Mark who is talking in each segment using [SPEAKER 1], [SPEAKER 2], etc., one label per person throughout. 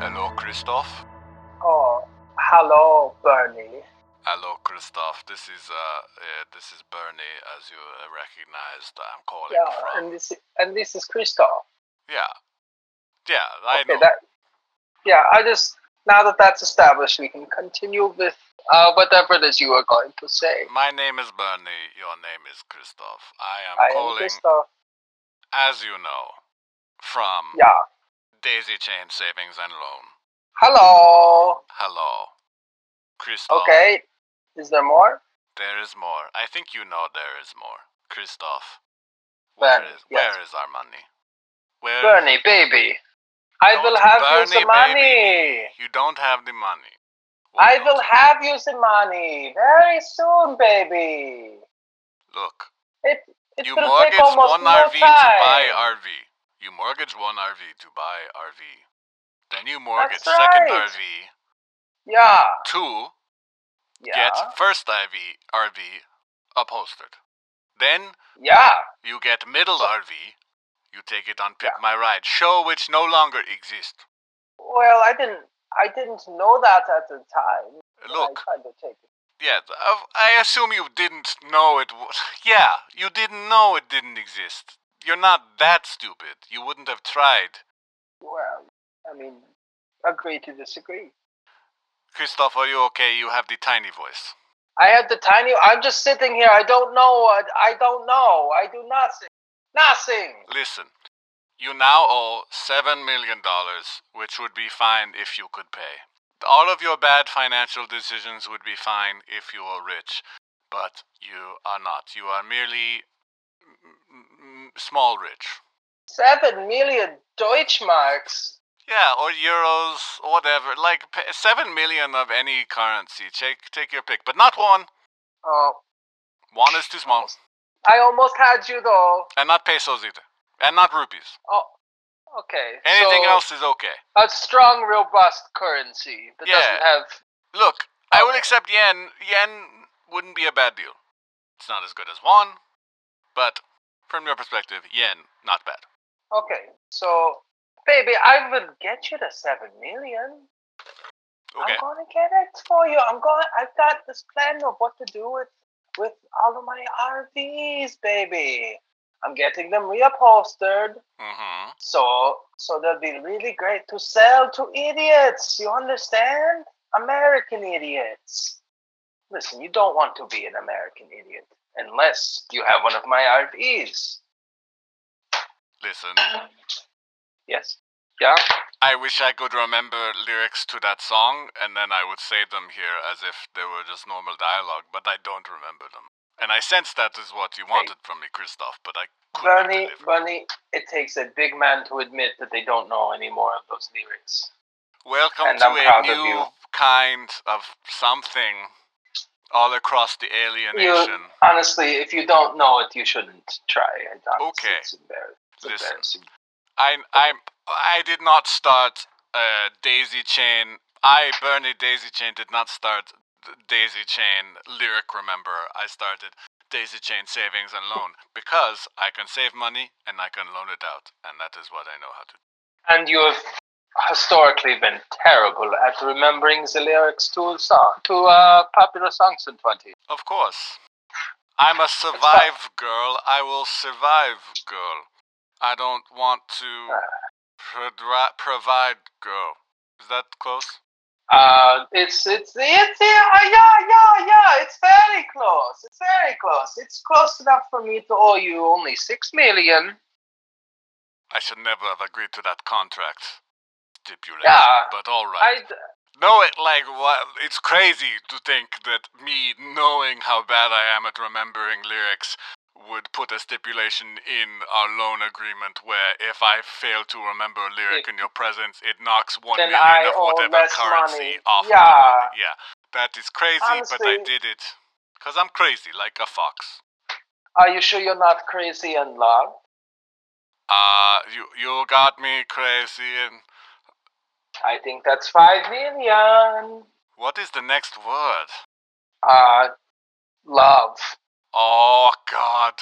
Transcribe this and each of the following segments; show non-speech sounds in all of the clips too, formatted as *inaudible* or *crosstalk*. [SPEAKER 1] Hello, Christoph.
[SPEAKER 2] Oh, hello, Bernie.
[SPEAKER 1] Hello, Christoph. This is uh, yeah, this is Bernie, as you uh, recognized. I'm calling
[SPEAKER 2] Yeah,
[SPEAKER 1] from.
[SPEAKER 2] and this and this is Christoph.
[SPEAKER 1] Yeah, yeah. I
[SPEAKER 2] Okay,
[SPEAKER 1] know.
[SPEAKER 2] that. Yeah, I just now that that's established, we can continue with uh, whatever it is you were going to say.
[SPEAKER 1] My name is Bernie. Your name is Christoph. I am
[SPEAKER 2] I am
[SPEAKER 1] calling,
[SPEAKER 2] Christoph.
[SPEAKER 1] as you know, from
[SPEAKER 2] Yeah.
[SPEAKER 1] Daisy Chain Savings and Loan.
[SPEAKER 2] Hello.
[SPEAKER 1] Hello, Christoph.
[SPEAKER 2] Okay. Is there more?
[SPEAKER 1] There is more. I think you know there is more. Christoph. Where
[SPEAKER 2] Bernie.
[SPEAKER 1] is
[SPEAKER 2] Yes.
[SPEAKER 1] where is our money? Where
[SPEAKER 2] Bernie, baby. I
[SPEAKER 1] Don't
[SPEAKER 2] will have you
[SPEAKER 1] Bernie,
[SPEAKER 2] some money.
[SPEAKER 1] baby. You don't have the money. Well,
[SPEAKER 2] I
[SPEAKER 1] don't.
[SPEAKER 2] will have you some money very soon, baby.
[SPEAKER 1] Look,
[SPEAKER 2] It it
[SPEAKER 1] you
[SPEAKER 2] will
[SPEAKER 1] mortgage
[SPEAKER 2] take almost
[SPEAKER 1] one
[SPEAKER 2] no
[SPEAKER 1] RV
[SPEAKER 2] time.
[SPEAKER 1] to buy RV. You mortgage one RV to buy RV. Then you mortgage second
[SPEAKER 2] right.
[SPEAKER 1] RV.
[SPEAKER 2] Yeah.
[SPEAKER 1] Two
[SPEAKER 2] Yeah.
[SPEAKER 1] gets first IV RV upholstered. Then
[SPEAKER 2] Yeah.
[SPEAKER 1] you get middle RV. You take it on Pick My Ride show, which no longer exists.
[SPEAKER 2] Well, I didn't. I didn't know that at the time. when
[SPEAKER 1] Look,
[SPEAKER 2] I tried to take it.
[SPEAKER 1] Yeah, th- of- I assume you didn't know it. W- *laughs* yeah, you didn't know it didn't exist. You're not that stupid. You wouldn't have tried.
[SPEAKER 2] Well, I mean, agree to disagree.
[SPEAKER 1] Christoph, are you okay? You have the tiny voice.
[SPEAKER 2] I have the tiny. I'm just sitting here. I don't know. what- I don't know. I do nothing. Nothing.
[SPEAKER 1] Listen, you now owe $7 million, which would be fine if you could pay. All of your bad financial decisions would be fine if you were rich, but you are not. You are merely mm, mm, small rich.
[SPEAKER 2] Seven million Deutschmarks.
[SPEAKER 1] Yeah, or euros, or whatever. Like p- seven million of any currency. Take take your pick, but not one.
[SPEAKER 2] Oh,
[SPEAKER 1] One is too small,
[SPEAKER 2] I almost had you though.
[SPEAKER 1] and not pesos either, and not rupees.
[SPEAKER 2] Oh, okay.
[SPEAKER 1] Anything
[SPEAKER 2] so
[SPEAKER 1] else is okay.
[SPEAKER 2] A strong, robust currency that
[SPEAKER 1] Yeah.
[SPEAKER 2] doesn't have.
[SPEAKER 1] Look, I will
[SPEAKER 2] Okay.
[SPEAKER 1] accept yen. Yen wouldn't be a bad deal. It's not as good as one, but from your perspective, yen not bad.
[SPEAKER 2] Okay, so baby, I will get you the seven million.
[SPEAKER 1] Okay.
[SPEAKER 2] I'm gonna get it for you. I'm going. I've got this plan of what to do with with all of my RVs, baby. I'm getting them reupholstered,
[SPEAKER 1] Mm-hmm.
[SPEAKER 2] so so they'll be really great to sell to idiots. You understand? American idiots. Listen, you don't want to be an American idiot unless you have one of my RVs.
[SPEAKER 1] Listen,
[SPEAKER 2] Yes. Yeah.
[SPEAKER 1] I wish I could remember lyrics to that song, and then I would say them here as if they were just normal dialogue, but I don't remember them. And I sense that is what you wanted from me, Christoph, but I could not
[SPEAKER 2] Bernie,
[SPEAKER 1] deliver.
[SPEAKER 2] Bernie, it takes a big man to admit that they don't know any more of those lyrics.
[SPEAKER 1] Welcome
[SPEAKER 2] and
[SPEAKER 1] to
[SPEAKER 2] I'm
[SPEAKER 1] a
[SPEAKER 2] proud of
[SPEAKER 1] new
[SPEAKER 2] you.
[SPEAKER 1] kind of something all across the alienation.
[SPEAKER 2] Honestly, if you don't know it, you shouldn't try. it. Honestly,
[SPEAKER 1] Okay.
[SPEAKER 2] It's embarrassing. It's
[SPEAKER 1] Listen.
[SPEAKER 2] embarrassing.
[SPEAKER 1] I, I, I did not start uh, Daisy Chain. I, Bernie Daisy Chain, did not start th- Daisy Chain Lyric Remember. I started Daisy Chain Savings and Loan because I can save money and I can loan it out. And that is what I know how to do.
[SPEAKER 2] And you have historically been terrible at remembering the lyrics to song, to uh, popular songs in 20.
[SPEAKER 1] Of course. I'm a survive girl. I will survive girl. I don't want to prodri- provide girl. Is that close?
[SPEAKER 2] Uh, it's it's it's yeah yeah yeah yeah. It's very close. It's very close. It's close enough for me to owe you only six million.
[SPEAKER 1] I should never have agreed to that contract stipulation.
[SPEAKER 2] Yeah.
[SPEAKER 1] But all right.
[SPEAKER 2] I
[SPEAKER 1] no, it like what? It's crazy to think that me knowing how bad I am at remembering lyrics would put a stipulation in our loan agreement where if I fail to remember a lyric in your presence, it knocks one
[SPEAKER 2] Then
[SPEAKER 1] million
[SPEAKER 2] I
[SPEAKER 1] of
[SPEAKER 2] owe
[SPEAKER 1] whatever
[SPEAKER 2] less
[SPEAKER 1] currency
[SPEAKER 2] money.
[SPEAKER 1] off. the
[SPEAKER 2] Yeah.
[SPEAKER 1] money. yeah. That is crazy, but I
[SPEAKER 2] Honestly-
[SPEAKER 1] did it because I'm crazy like a fox.
[SPEAKER 2] Are you sure you're not crazy and love?
[SPEAKER 1] Uh, you you got me crazy and.
[SPEAKER 2] I think that's five million.
[SPEAKER 1] What is the next word?
[SPEAKER 2] Uh, love.
[SPEAKER 1] Oh God,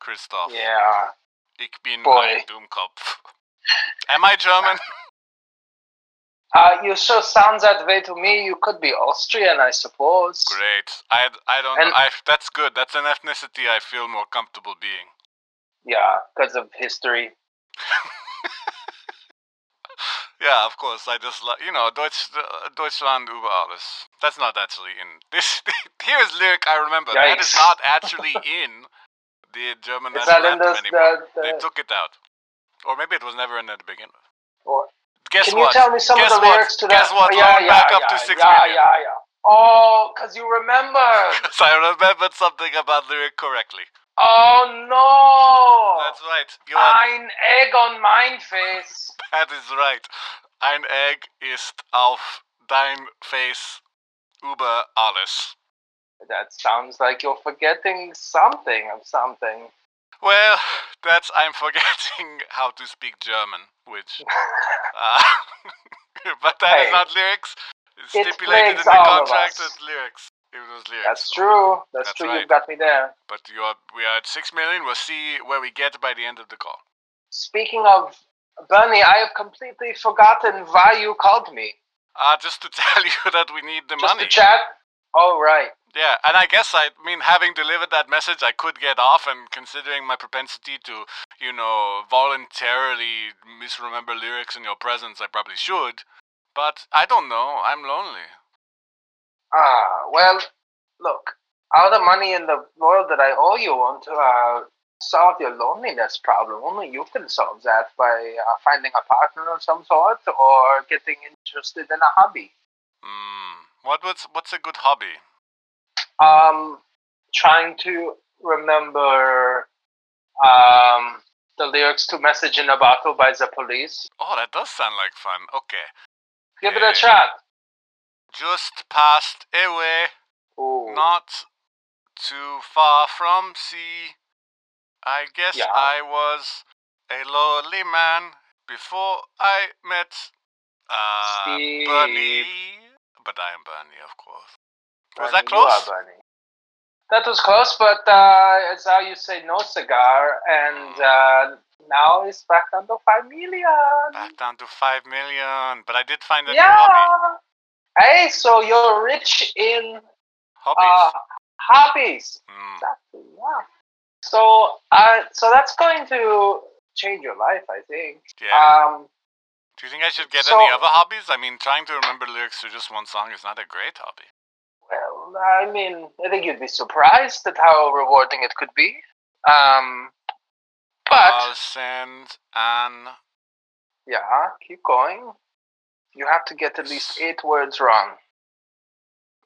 [SPEAKER 1] Christoph.
[SPEAKER 2] Yeah.
[SPEAKER 1] Ich bin
[SPEAKER 2] Boy.
[SPEAKER 1] ein Dummkopf. *laughs* Am I German?
[SPEAKER 2] Uh, you sure sounds that way to me. You could be Austrian, I suppose.
[SPEAKER 1] Great. I, I don't
[SPEAKER 2] And-
[SPEAKER 1] know. I, that's good. That's an ethnicity I feel more comfortable being.
[SPEAKER 2] Yeah, because of history.
[SPEAKER 1] Yeah, of course. I just like you know Deutsch, uh, Deutschland über alles. That's not actually in *laughs* this. Here's lyric I remember. That is
[SPEAKER 2] Yikes.
[SPEAKER 1] not actually in the German
[SPEAKER 2] Is that
[SPEAKER 1] national
[SPEAKER 2] in uh, the,
[SPEAKER 1] anthem anymore.
[SPEAKER 2] the,
[SPEAKER 1] They
[SPEAKER 2] the
[SPEAKER 1] took it out, or maybe it was never in at the beginning.
[SPEAKER 2] or
[SPEAKER 1] Guess
[SPEAKER 2] Can
[SPEAKER 1] what?
[SPEAKER 2] you tell me some
[SPEAKER 1] Guess
[SPEAKER 2] of the
[SPEAKER 1] what?
[SPEAKER 2] lyrics to that?
[SPEAKER 1] Guess what?
[SPEAKER 2] Oh, yeah,
[SPEAKER 1] Round
[SPEAKER 2] yeah,
[SPEAKER 1] back
[SPEAKER 2] yeah,
[SPEAKER 1] up to six
[SPEAKER 2] yeah,
[SPEAKER 1] million.
[SPEAKER 2] yeah, yeah. Oh, because you
[SPEAKER 1] *laughs*
[SPEAKER 2] remembered.
[SPEAKER 1] *laughs* 'Cause I remembered something about lyric correctly.
[SPEAKER 2] Oh no!
[SPEAKER 1] That's right. You are,
[SPEAKER 2] Ein Egg on mein face.
[SPEAKER 1] that is right. Ein Egg ist auf dein Face über alles.
[SPEAKER 2] That sounds like you're forgetting something of something.
[SPEAKER 1] Well, that's I'm forgetting *laughs* how to speak German,
[SPEAKER 2] *laughs*
[SPEAKER 1] which. Uh, *laughs* but that is
[SPEAKER 2] Hey.
[SPEAKER 1] not lyrics. It's
[SPEAKER 2] It
[SPEAKER 1] stipulated in
[SPEAKER 2] plagues
[SPEAKER 1] the
[SPEAKER 2] all of
[SPEAKER 1] contract
[SPEAKER 2] us.
[SPEAKER 1] as lyrics. It was lyrics.
[SPEAKER 2] That's true. That's,
[SPEAKER 1] That's
[SPEAKER 2] true.
[SPEAKER 1] right.
[SPEAKER 2] You've got me there.
[SPEAKER 1] But you are, we are at six million. We'll see where we get by the end of the call.
[SPEAKER 2] Speaking of Bernie, I have completely forgotten why you called me.
[SPEAKER 1] Uh, just to *laughs* tell you that we need the
[SPEAKER 2] Just
[SPEAKER 1] money.
[SPEAKER 2] to chat. Oh right.
[SPEAKER 1] Yeah, and I guess I mean, having delivered that message, I could get off, and considering my propensity to, you know, voluntarily misremember lyrics in your presence, I probably should. But I don't know. I'm lonely.
[SPEAKER 2] Ah, well, look, all the money in the world that I owe you won't uh, solve your loneliness problem. Only you can solve that by uh, finding a partner of some sort or getting interested in a hobby.
[SPEAKER 1] Hmm. What was what's a good hobby?
[SPEAKER 2] Um, trying to remember um, the lyrics to Message in a Bottle by the Police.
[SPEAKER 1] Oh, that does sound like fun. Okay.
[SPEAKER 2] Give it a
[SPEAKER 1] Yeah.
[SPEAKER 2] shot.
[SPEAKER 1] Just past away,
[SPEAKER 2] Ooh.
[SPEAKER 1] not too far from sea. I guess
[SPEAKER 2] Yeah.
[SPEAKER 1] I was a lonely man before I met uh,
[SPEAKER 2] Steve.
[SPEAKER 1] Bernie. But I am Bernie, of course. Was that
[SPEAKER 2] Bernie, you are
[SPEAKER 1] close?
[SPEAKER 2] Bernie. That was close, but uh, it's how you say no cigar, and uh, now it's back down to five million.
[SPEAKER 1] Mm. Back Ah, down to five million. But I did find a new
[SPEAKER 2] yeah.
[SPEAKER 1] hobby.
[SPEAKER 2] Hey, so you're rich in uh,
[SPEAKER 1] Hobbies.
[SPEAKER 2] hobbies.
[SPEAKER 1] Hmm.
[SPEAKER 2] Exactly. Yeah. So, uh, so that's going to change your life, I think.
[SPEAKER 1] yeah.
[SPEAKER 2] Um,
[SPEAKER 1] Do you think I should get
[SPEAKER 2] So-
[SPEAKER 1] any other hobbies? I mean, trying to remember lyrics to just one song is not a great hobby.
[SPEAKER 2] Well, I mean, I think you'd be surprised at how rewarding it could be. Um, but
[SPEAKER 1] I'll send an.
[SPEAKER 2] yeah, keep going. You have to get at least eight words wrong.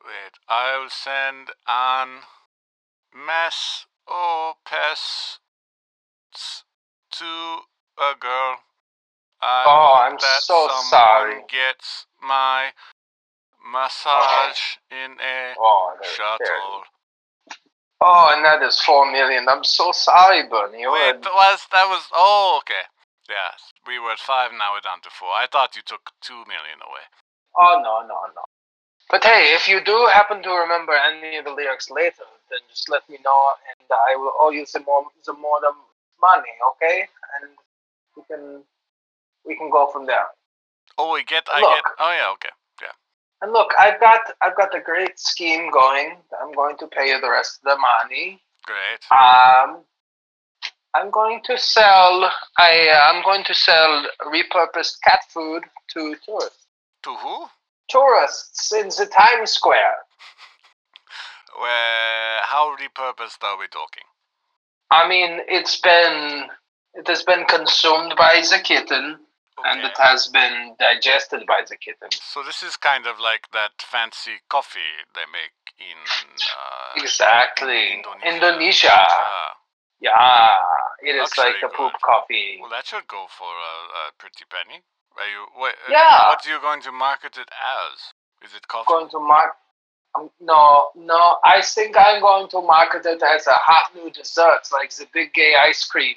[SPEAKER 1] Wait. I'll send an. Mess or pess s- to a girl. I
[SPEAKER 2] Oh,
[SPEAKER 1] hope
[SPEAKER 2] I'm
[SPEAKER 1] that
[SPEAKER 2] so
[SPEAKER 1] someone
[SPEAKER 2] sorry.
[SPEAKER 1] Gets my massage in a
[SPEAKER 2] Oh, there, there.
[SPEAKER 1] shuttle.
[SPEAKER 2] Oh, and that is four million. I'm so sorry, Bernie. You're
[SPEAKER 1] Wait,
[SPEAKER 2] a-
[SPEAKER 1] that was that was oh okay. Yeah, we were at five, now we're down to four. I thought you took two million away.
[SPEAKER 2] Oh no, no, no. But hey, if you do happen to remember any of the lyrics later, then just let me know, and I will owe you some more, some more the money, okay? And we can we can go from there.
[SPEAKER 1] Oh, we get, I get.
[SPEAKER 2] Look.
[SPEAKER 1] Oh yeah, okay.
[SPEAKER 2] And look, I've got I've got a great scheme going. I'm going to pay you the rest of the money.
[SPEAKER 1] Great.
[SPEAKER 2] Um, I'm going to sell I uh, I'm going to sell repurposed cat food to tourists
[SPEAKER 1] To who?
[SPEAKER 2] tourists in the Times Square
[SPEAKER 1] Well, how repurposed are we talking?
[SPEAKER 2] I mean, it's been it has been consumed by the kitten, and it
[SPEAKER 1] Okay.
[SPEAKER 2] has been digested by the kitten.
[SPEAKER 1] So this is kind of like that fancy coffee they make in uh,
[SPEAKER 2] Exactly,
[SPEAKER 1] Indonesia.
[SPEAKER 2] Indonesia.
[SPEAKER 1] Ah,
[SPEAKER 2] Yeah, it is
[SPEAKER 1] Luxury
[SPEAKER 2] like the poop
[SPEAKER 1] good.
[SPEAKER 2] coffee.
[SPEAKER 1] well, that should go for a, a pretty penny. Are you? What, uh,
[SPEAKER 2] Yeah.
[SPEAKER 1] What are you going to market it as? Is it coffee?
[SPEAKER 2] going to mark. Um, no, no, I think I'm going to market it as a hot new dessert, like the big gay ice cream.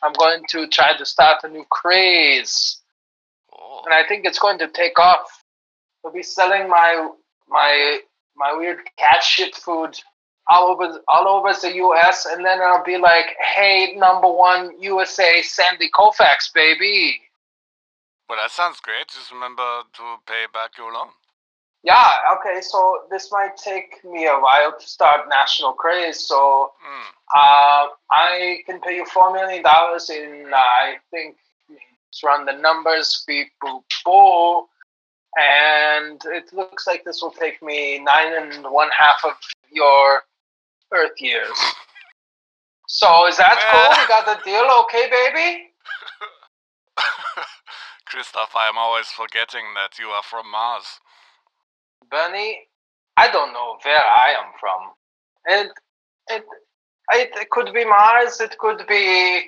[SPEAKER 2] I'm going to try to start a new craze.
[SPEAKER 1] oh.
[SPEAKER 2] and I think it's going to take off. We'll be selling my my my weird cat shit food all over all over the U.S. and then I'll be like, "Hey, number one USA, Sandy Koufax, baby."
[SPEAKER 1] Well, that sounds great. Just remember to pay back your loan.
[SPEAKER 2] Yeah. Okay. So this might take me a while to start national craze. So
[SPEAKER 1] Mm.
[SPEAKER 2] uh, I can pay you four million dollars in. Uh, I think let's run the numbers. Beep boop boo. And it looks like this will take me nine and one half of your Earth years. So is that cool? We got the deal, okay, baby?
[SPEAKER 1] Christoph, I am always forgetting that you are from Mars.
[SPEAKER 2] Bernie, I don't know where I am from. And it, it, it could be Mars, it could be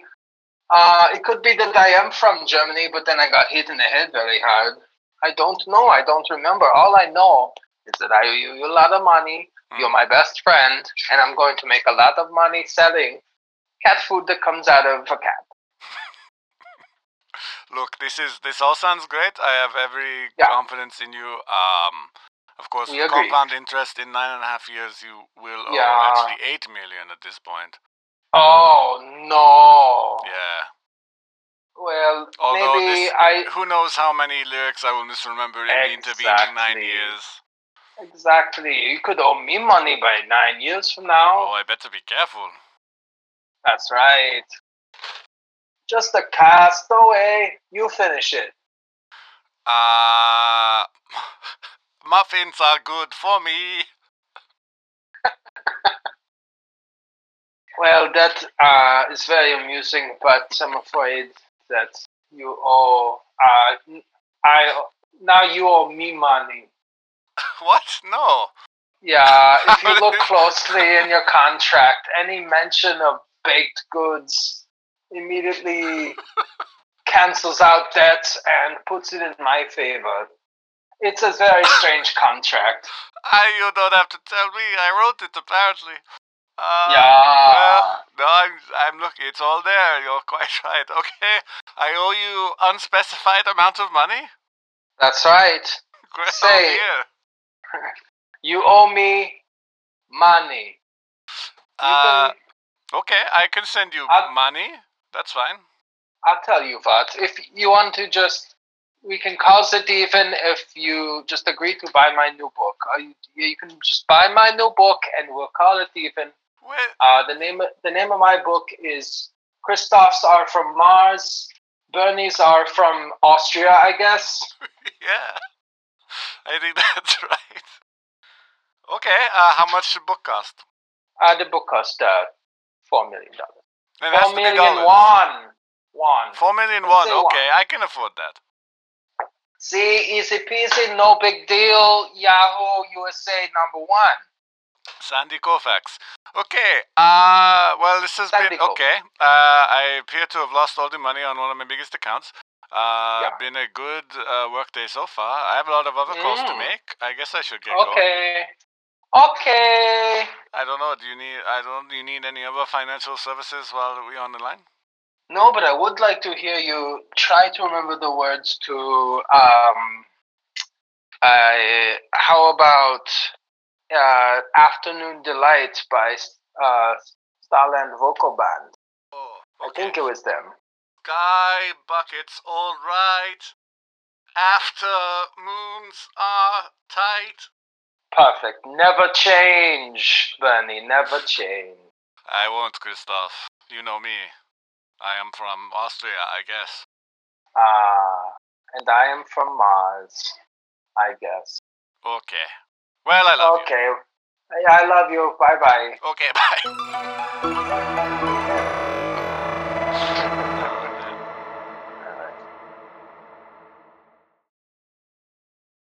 [SPEAKER 2] uh, it could be that I am from Germany, but then I got hit in the head very hard. I don't know, I don't remember. All I know is that I owe you a lot of money,
[SPEAKER 1] Hmm.
[SPEAKER 2] you're my best friend, and I'm going to make a lot of money selling cat food that comes out of a cat.
[SPEAKER 1] Look, this is this all sounds great. I have every
[SPEAKER 2] Yeah.
[SPEAKER 1] confidence in you. Um, of course,
[SPEAKER 2] We
[SPEAKER 1] with
[SPEAKER 2] agree.
[SPEAKER 1] compound interest in nine and a half years, you will owe
[SPEAKER 2] Yeah.
[SPEAKER 1] actually eight million at this point.
[SPEAKER 2] Oh no.
[SPEAKER 1] Yeah.
[SPEAKER 2] Well,
[SPEAKER 1] Although
[SPEAKER 2] maybe
[SPEAKER 1] this-
[SPEAKER 2] I
[SPEAKER 1] Who knows how many lyrics I will misremember in the intervening nine
[SPEAKER 2] Exactly.
[SPEAKER 1] years?
[SPEAKER 2] Exactly. You could owe me money by nine years from
[SPEAKER 1] Oh,
[SPEAKER 2] now.
[SPEAKER 1] I better be careful.
[SPEAKER 2] That's right. Just a castaway. You finish it.
[SPEAKER 1] Uh, *laughs* muffins are good for me. *laughs*
[SPEAKER 2] Well, that uh, is very amusing, but I'm afraid that you owe. Uh, n- I now you owe me money.
[SPEAKER 1] What? No.
[SPEAKER 2] Yeah, if you
[SPEAKER 1] *laughs*
[SPEAKER 2] look closely in your contract, any mention of baked goods immediately cancels out debt and puts it in my favor. It's a
[SPEAKER 1] *laughs*
[SPEAKER 2] very strange contract.
[SPEAKER 1] I, you don't have to tell me. I wrote it apparently. Uh,
[SPEAKER 2] yeah.
[SPEAKER 1] Well, no, I'm, I'm looking. It's all there. You're quite *laughs* right. Okay, I owe you unspecified amount of money. *laughs*
[SPEAKER 2] That's right.
[SPEAKER 1] Great
[SPEAKER 2] Say-
[SPEAKER 1] idea.
[SPEAKER 2] You owe me money. You
[SPEAKER 1] Uh,
[SPEAKER 2] can,
[SPEAKER 1] okay, I can send you
[SPEAKER 2] I'll-
[SPEAKER 1] money. That's fine.
[SPEAKER 2] I'll tell you what. If you want to just. We can cause it even if you just agree to buy my new book. Uh, You, you can just buy my new book and we'll call it even.
[SPEAKER 1] Well, *laughs*
[SPEAKER 2] Uh, the name the name of my book is Christoph's are from Mars, Bernie's are from Austria, I guess.
[SPEAKER 1] yeah, I think *laughs* that's right. Okay, uh, how much should book cost?
[SPEAKER 2] Uh, the book cost uh, four million dollars.
[SPEAKER 1] It has
[SPEAKER 2] Four
[SPEAKER 1] to be
[SPEAKER 2] million
[SPEAKER 1] dollars.
[SPEAKER 2] won. Won.
[SPEAKER 1] Four million
[SPEAKER 2] Let's
[SPEAKER 1] won.
[SPEAKER 2] say
[SPEAKER 1] Okay,
[SPEAKER 2] one.
[SPEAKER 1] I can afford that.
[SPEAKER 2] See, easy peasy, no big deal. Yahoo USA number one.
[SPEAKER 1] Sandy Koufax. Okay. Uh, well, this has
[SPEAKER 2] Sandy
[SPEAKER 1] been
[SPEAKER 2] Koufax.
[SPEAKER 1] okay. Uh, I appear to have lost all the money on one of my biggest accounts. Uh,
[SPEAKER 2] Yeah.
[SPEAKER 1] been a good uh, work day so far. I have a lot of other calls to
[SPEAKER 2] Mm.
[SPEAKER 1] make. I guess I should get going.
[SPEAKER 2] Okay. Okay.
[SPEAKER 1] I don't know. Do you need? I don't. Do you need any other financial services while we're on the line?
[SPEAKER 2] No, but I would like to hear you try to remember the words to um, uh, how about uh, "Afternoon Delight" by uh, Starland Vocal Band.
[SPEAKER 1] Oh,
[SPEAKER 2] I think it was them.
[SPEAKER 1] Sky buckets, all right. After moons are tight.
[SPEAKER 2] Perfect. Never change, Bernie. Never change.
[SPEAKER 1] I won't, Christoph. You know me. I am from Austria, I guess.
[SPEAKER 2] Ah, and I am from Mars. I guess.
[SPEAKER 1] Okay. Well, I love
[SPEAKER 2] Okay. Hey, I love you. Bye bye.
[SPEAKER 1] you. Okay, *laughs* bye. *laughs*